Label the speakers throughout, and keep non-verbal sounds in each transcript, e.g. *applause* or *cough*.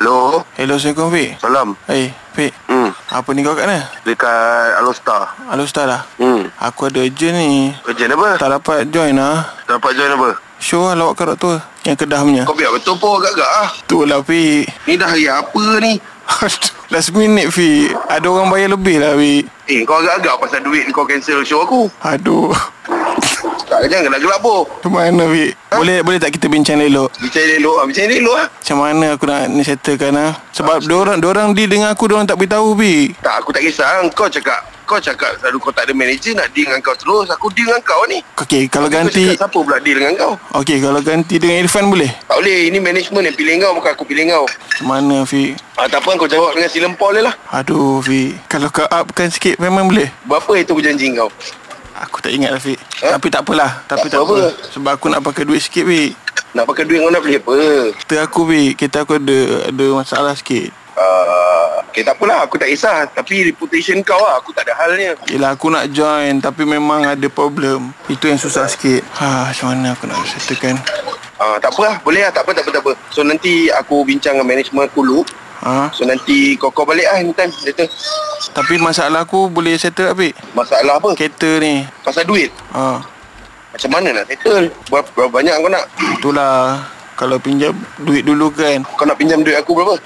Speaker 1: Hello?
Speaker 2: Hello, Assalamualaikum, Fik.
Speaker 1: Salam.
Speaker 2: Eh, Fik.
Speaker 1: Hmm.
Speaker 2: Apa ni kau kat mana?
Speaker 1: Dekat Alostar.
Speaker 2: Alustar dah?
Speaker 1: Hmm.
Speaker 2: Aku ada urgent ni.
Speaker 1: Urgent apa?
Speaker 2: Tak dapat join lah.
Speaker 1: Tak dapat join apa?
Speaker 2: Show lah lawak karak tua. Yang Kedah punya.
Speaker 1: Kau biar betul pun agak-agak ah.
Speaker 2: Tu lah, Fik.
Speaker 1: Ni dah hari apa ni?
Speaker 2: *laughs* Aduh, Last minute, Fik. Ada orang bayar lebih lah, Fik.
Speaker 1: Eh, kau agak-agak pasal duit kau cancel show aku.
Speaker 2: Aduh. *laughs*
Speaker 1: Tak, jangan gelap-gelap po.
Speaker 2: Macam mana, Fik? Boleh boleh tak kita bincang elok?
Speaker 1: Bicara elok ah, bicara elok ah.
Speaker 2: Macam mana aku nak ni settlekan lah? Sebab diorang, diorang deal dengan aku, diorang tak beritahu, Fik.
Speaker 1: Tak, aku tak kisah. ah. Kau cakap kau cakap selalu kau tak ada manager nak deal dengan kau terus. Aku deal dengan kau ni.
Speaker 2: Okey, kalau
Speaker 1: Kau
Speaker 2: ganti...
Speaker 1: cakap siapa pula deal dengan kau?
Speaker 2: Okey, kalau ganti dengan Irfan boleh?
Speaker 1: Tak boleh. Ini management yang pilih kau. Bukan aku pilih kau.
Speaker 2: Macam mana, Fik?
Speaker 1: Ah, tak apa. Kau jawab dengan Silen Paul je lah.
Speaker 2: Aduh, Fik. Kalau kau upkan sikit memang boleh?
Speaker 1: Berapa itu aku janji kau?
Speaker 2: Aku tak ingat lah Fik
Speaker 1: Ha?
Speaker 2: Tapi tak apalah Tapi
Speaker 1: Tak
Speaker 2: tak,
Speaker 1: apa.
Speaker 2: apa. Sebab aku nak pakai duit sikit Fik
Speaker 1: Nak pakai duit kau nak beli apa?
Speaker 2: Kereta aku Fik Kereta aku ada Ada masalah sikit
Speaker 1: Uh, okay, tak apalah. Aku tak kisah. Tapi reputation kau lah. Aku tak ada halnya.
Speaker 2: Yelah aku nak join Tapi memang ada problem Itu yang susah sikit Ha macam mana aku nak settlekan
Speaker 1: Uh, tak apa lah. Boleh lah. Tak apa, tak apa, tak apa. So, nanti aku bincang dengan management aku dulu.
Speaker 2: Ha
Speaker 1: So, nanti kau call balik lah anytime later.
Speaker 2: Tapi masalah aku boleh settle tak Fik
Speaker 1: Masalah apa?
Speaker 2: Kereta ni
Speaker 1: Pasal duit.
Speaker 2: Ha
Speaker 1: Macam mana nak settle? Berapa, berapa banyak kau nak?
Speaker 2: Itulah Kalau pinjam duit dulu kan
Speaker 1: Kau nak pinjam duit aku berapa?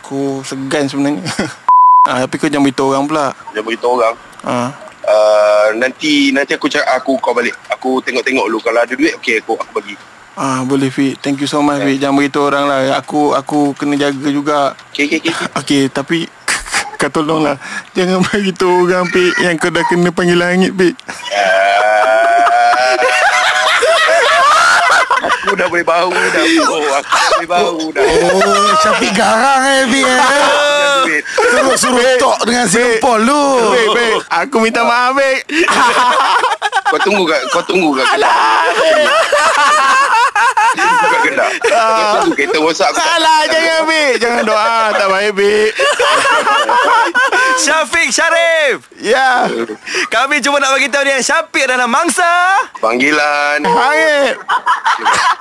Speaker 2: Aku segan sebenarnya *laughs* ha, Tapi kau jangan beritahu orang pula
Speaker 1: Dia beritahu orang.
Speaker 2: Ha
Speaker 1: Uh, nanti nanti aku cak aku call balik. Aku tengok-tengok dulu kalau ada duit okey aku aku bagi.
Speaker 2: Ah boleh Fik Thank you so much Fik Jangan beritahu orang lah Aku aku kena jaga juga
Speaker 1: Okey okey okey. okey.
Speaker 2: Okey tapi *laughs* Kau tolonglah Jangan beritahu orang Pik Yang kau dah kena panggil langit Pik
Speaker 1: Ah. aku dah boleh bau dah. Oh, aku dah boleh bau dah.
Speaker 2: *laughs*
Speaker 3: Oh, Syafiq garang eh, Fik eh.
Speaker 1: Pinjam duit.
Speaker 3: Terus suruh tok dengan Singapore lu.
Speaker 2: Pik Pik Aku minta maaf Pik
Speaker 1: Kau tunggu kat kau tunggu kat Kedah. Kau tunggu kat Kedah. Kau tunggu kereta rosak aku. tak-
Speaker 2: Salah jangan Pik Jangan doa Tak baik Pik
Speaker 4: Syafiq Syarif
Speaker 3: *laughs*
Speaker 2: Ya
Speaker 4: Kami cuma nak bagi tahu dia Syafiq adalah mangsa
Speaker 1: Panggilan.
Speaker 2: Langit